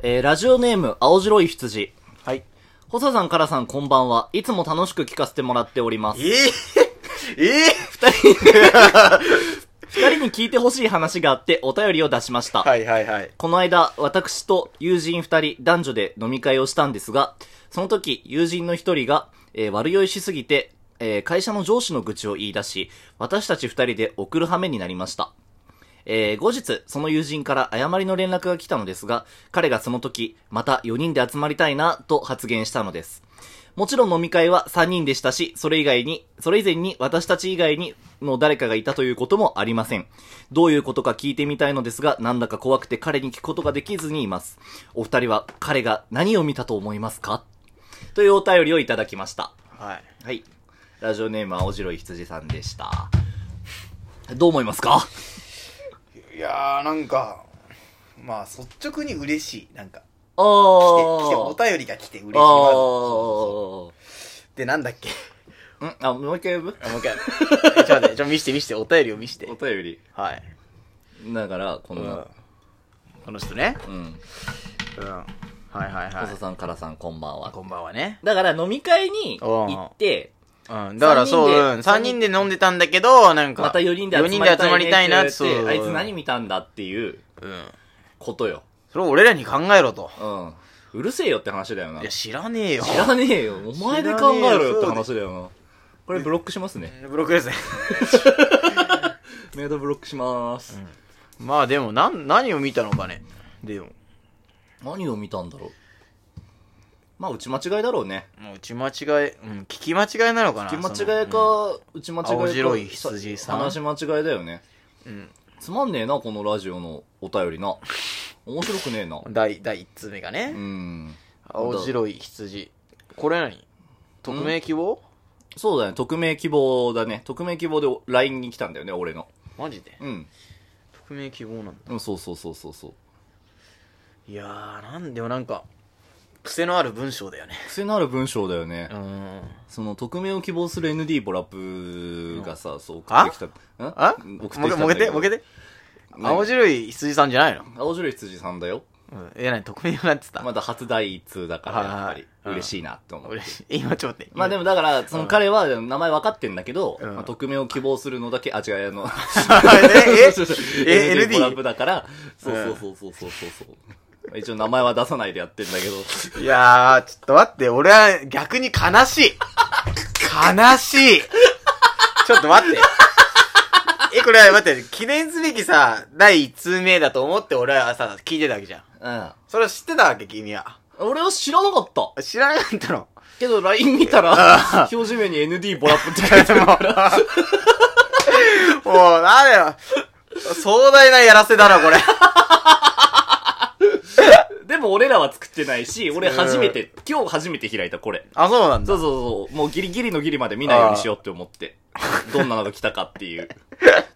えーラジオネーム、青白い羊。はい。細さん、からさん、こんばんは。いつも楽しく聞かせてもらっております。ええええ二人に聞いてほしい話があって、お便りを出しました。はいはいはい。この間、私と友人二人、男女で飲み会をしたんですが、その時、友人の一人が、えー悪酔いしすぎて、えー会社の上司の愚痴を言い出し、私たち二人で送る羽目になりました。えー後日、その友人から誤りの連絡が来たのですが、彼がその時、また4人で集まりたいな、と発言したのです。もちろん飲み会は3人でしたし、それ以外に、それ以前に私たち以外にの誰かがいたということもありません。どういうことか聞いてみたいのですが、なんだか怖くて彼に聞くことができずにいます。お二人は彼が何を見たと思いますかというお便りをいただきました。はい。はい。ラジオネーム青白い羊さんでした。どう思いますかいやーなんかまあ率直に嬉しいなんかあ来てー来てお便りが来て嬉しいあーまずそうそうでなんだっけうんあ、もう一回呼ぶあもう一回ちょっと待ってちょっと見して見してお便りを見してお便り。はい、だから、こうんの、この人ねうん。うんはいはい細、はさん、からさん、こんばんいは。こんばんはねだから飲み会に行って、うん、だからそう、うん、3三人人でで飲んでたんだけど、なんか、また4人で四集まりたいねって言わなれそうて、あいつ何見たんだっていううん。ことよ。それを俺らに考えろと。うん。うるせえよって話だよな。いや、知知らねえよ。らねえよ。お前で考えろよって話だよな。これブロックしますね。ブロックですね。メイドブロックしまーす。まあでも、なん、何を見たのかね。でも、何を見たんだろう。まあ、打ち間違いだろうね。もう打ち間違い、うん、聞き間違いなのか打な。ち間違いそのか、打ち間違いか。青白い羊さん話し間違いだよね。うん。つまんねえな、このラジオのお便りな。面白くねえなう。ん第、第1通目がうね。ん。青白い羊。これ何匿名希望そうだね、匿名希望だね。匿名希望で LINE に来たんだよね、俺の。マジでうん。匿名希望なんだ。うん、そうそうそうそうそう。いやー、なんでもなんか、癖のある文章だよね。癖のある文章だよね。うん。その、匿名を希望する ND ボラップがさ、そう、送っあてきた。んあ送ってきたんだもげけどもげてもげて青白い羊さんじゃないの青白い羊さんだよ。うん。え、なに、匿名になってたまだ初第一通だから、はいはいやっぱり、うん嬉しいなって思う。嬉しい。今ちょっと待って。まあでもも、だから、その彼は名前分かってんだけど、うんまあ匿名を希望するのだけ、あ、違う、あの、 えそうそうそうえ ND ボラッ ?LD? プだから、そうそうそうそうそうそう。う一応名前は出さないでやってんだけど。いやー、ちょっと待って、俺は逆に悲しい。悲しい。ちょっと待って。え、これは待って、記念すべきさ、第1通目だと思って俺はさ、聞いてたわけじゃん。うそれを知ってたわけ、君は。ん。俺は知らなかった。知らなかったの。けど LINE 見たら、表示面に ND ボラップって書いてあるから。もう、あれよ。壮大なやらせだな、これ。でも俺らは作ってないし、俺初めて、今日初めて開いた、これ。あ、そうなんだそう。そうそう。もうギリギリのギリまで見ないようにしようって思って。どんなのが来たかっていう。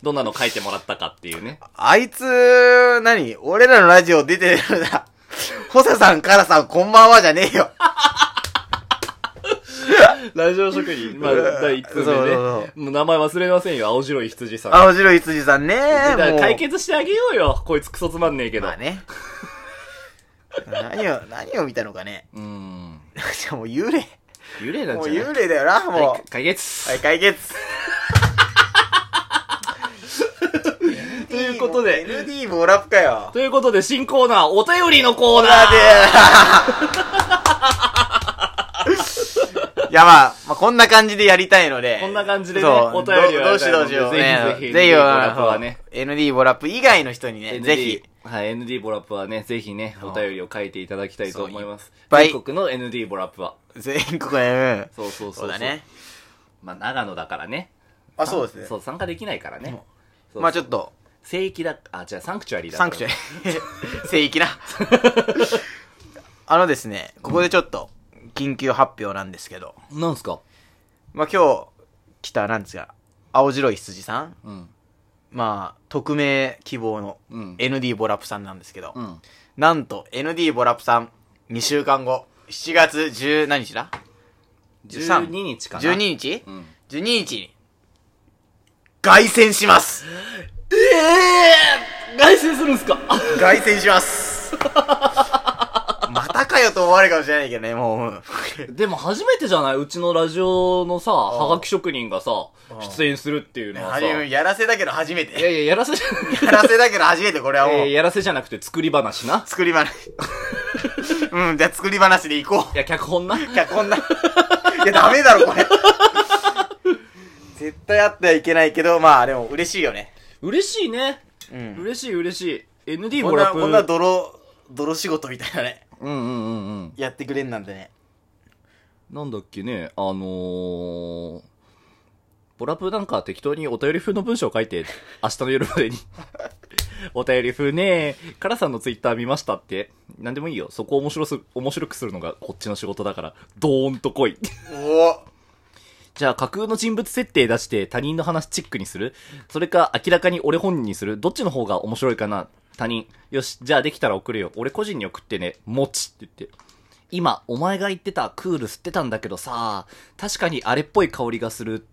どんなの書いてもらったかっていうね。あいつ、何俺らのラジオ出てるんだ。ホサさん、カラさん、こんばんはじゃねえよ。ラジオ職 人、まあ、第1通目そうそうね。そもう名前忘れませんよ、青白い羊さん。青白い羊さんね。だからもう解決してあげようよ。こいつクソつまんねえけど。まあね。 何を、何を見たのかね。 うーん。じゃあもう幽霊。幽霊なんもうじゃない幽霊だよな、もう。はい、解決、はい、解決。 ということで ND もラップかよ。ということで、新コーナー、お便りのコーナー いやまあ、まあこんな感じでやりたいので。こんな感じでねそうお便りをどやどりしたいよのどでうしよう。ぜねひぜひぜ ND ひよ、ボラップはね ND ボラップ以外の人にね、 ND ぜひ。はい、ND ボラップはね、ぜひね、お便りを書いていただきたいと思います。ぱい全国の ND ボラップは。全国へ。そうそうそうそうだね。。まあ、長野だからね。あ、そうですそね。う、参加できないからね。そうまあちょっと、聖域だ、あ、じゃあサンクチュアリーだかサら。ンクチュアリ。 聖域な。あのですね、ここでちょっと、緊急発表なんですけど。なんすかまあ今日、来た、なんですか、青白い羊さん。うん。まあ、匿名希望のうん ND ボラップさんなんですけど。うん。なんと ND ボラップさん2週間後7月10何日だ12日かな。 12日、うん。 12日に凱旋しますええー、外旋するんすか凱旋しますかよと思われるかもしれないけどね、もう。 でも初めてじゃないうちのラジオのさ、んはがき職人がさうん、出演するっていうのはさ、いやらせだけど初めやて。いや、やらせじゃな やらせだけど初めて、これはもう。えーやらせじゃなくて作り話な。作り話。 うん、じゃあ作り話でいこいや、脚本な。 う。いや、こんな。いや、ダメだろ、これ。絶対あってはいけないけど、まあ、でも嬉しいよね。嬉しいね。うん。嬉しい嬉しい。ND こもんな、ラップ。こんな泥、泥仕事みたいなね。うんうんうんうん。やってくれんなんてね。なんだっけね、あのー、ボラプなんか適当にお便り風の文章を書いて、明日の夜までに。 お便り風ね、カラさんのツイッター見ましたって。なんでもいいよ。そこを面白す、面白くするのがこっちの仕事だから、ドーンと来い。おじゃあ架空の人物設定出して他人の話チックにするそれか明らかに俺本人にするどっちの方が面白いかな他人。よし、じゃあできたら送るよ。俺個人に送ってね。持ちって言って。今、お前が言ってたクール吸ってたんだけどさ、確かにあれっぽい香りがする。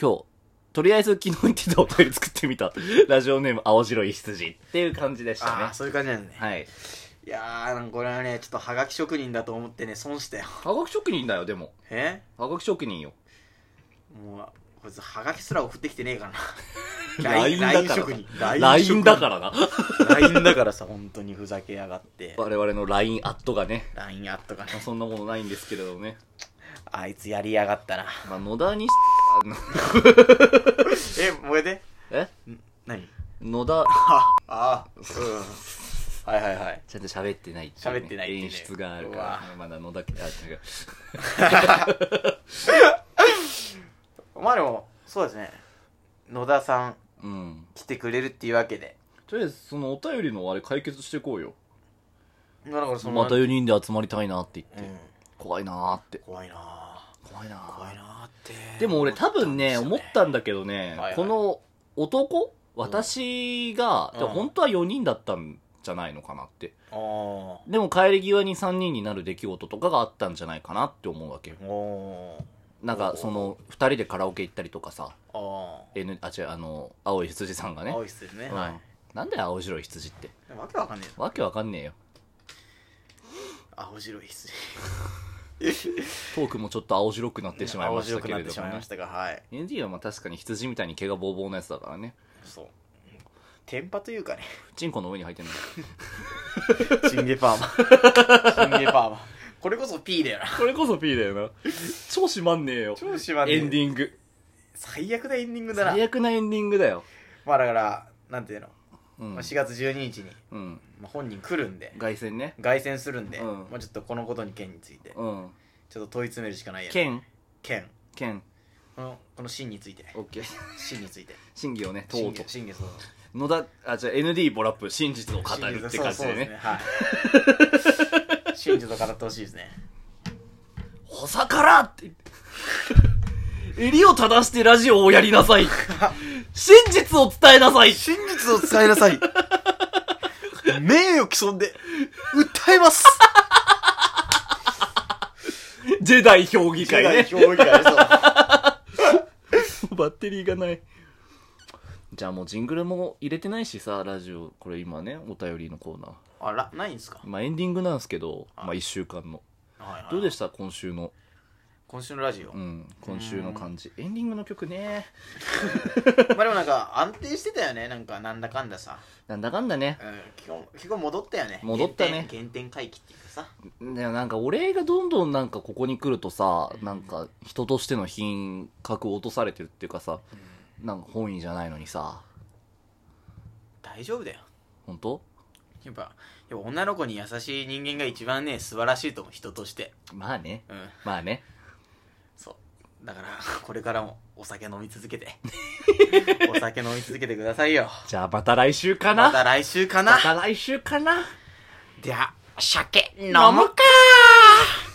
今日、とりあえず昨日言ってたお便り作ってみた。 ラジオネーム青白い羊っていう感じでしたあねあ、。そういう感じなんだね。はい。いやー、なんかこれはね、ちょっとハガキ職人だと思ってね、損したよ。科学職人だよ、でも。え科学職人よ。もう、こいつハガキすら送ってきてねえから な。 LINE だから職人。 LINE だからな。ら。LINE だからさ、本当にふざけやが って。我々の LINE アットがね。 LINE アットかねまあ、。そんなものないんですけれどもね。あいつやりやがったな。まあ、野田に、あのえ、もうやって。え何野田、あ、あ、うん。はいはいはい。ちゃんと喋ってないって喋ってないっていうね演出があるかうらわ、まだ野田、あ、違う。まあでも、そうですね。野田さんうん。来てくれるっていうわけで。とりあえず、そのお便りのあれ解決していこうよ。だからその、また4人で集まりたいなってう言って。ん。怖いなーって。怖いなあ怖いなー怖いなあって。でも俺多分ね、思ったんだけどね、はいはいこの男私が、うんでも本当は4人だったんじゃないのかなって。あーでも帰り際に3人になる出来事とかがあったんじゃないかなって思うわけ。おー。なんか、その、2人でカラオケ行ったりとかさ、あ N、あ、違う、あの、青い羊さんがー。ね。青いっすよね。うんはなんだよ、青白い羊って。い。わけわかんねえわけわかんねえよ。な。青白いっすね。トークもちょっと青白くなってしまいましたけれ青白くなってどしもまいねまし。たが、はい。 ND はまあ確かに羊みたいに毛がボーボーのやつだからね。そう。天パとい うかね。チンコの上に入ってない。チンゲパーマ。チンゲパーマ。これこそ P だよな。これこそ P だよな。超しまんねえよ。超しまんねえエンディング。最悪なエンディングだな最。悪なエンディングだよ。まあだから、なんていうの、うまんあ。4月12日に、うん。まあ、本人来るんで、凱旋ね。凱旋するんで、うんまあちょっとこのことに件について、うん。ちょっと問い詰めるしかないよ。ケン、件。ケン、この、この真について。オッケー。 真について。審議をね、と真う偽と真偽そう。う。野田、あ、じゃあ ND ボラップ、真実を語るって感じで真偽そうそうですね。ね。はい。真実を語ってほしいですね。補佐からって言って。襟を正してラジオをやりな さい。真実を伝えなさい。真実を伝えなさい。名誉毀損で、訴えます。ジェダイ評議会ね。表現バッテリーがない。じゃあもうジングルも入れてないしさ、ラジオ、これ今ね、お便りのコーナー。あら、ないんですかまあエンディングなんですけど、あまあ一週間の。はいはいどうでした今週の。今週のラジオ。うまん、今週の感じ。エンディングの曲ね。あでもなんか安定してたよね。なんかなんだかんださ。なんだかんだね。うん基本基本戻ったよね戻ったね原点原点回帰っていうかさでもなんか俺がどんどんなんかここに来るとさ、なんか人としての品格を落とされてるっていうかさ、なんか本意じゃないのにさ、大丈夫だよ本当やっぱやっぱ女の子に優しい人間が一番ね素晴らしいと思う人としてまあね。うんまあね。そうだからこれからもお酒飲み続 けてお酒飲み続けてくださいよじゃあまた来週かなまた来週かまなた来週かなでは酒飲飲むむかかー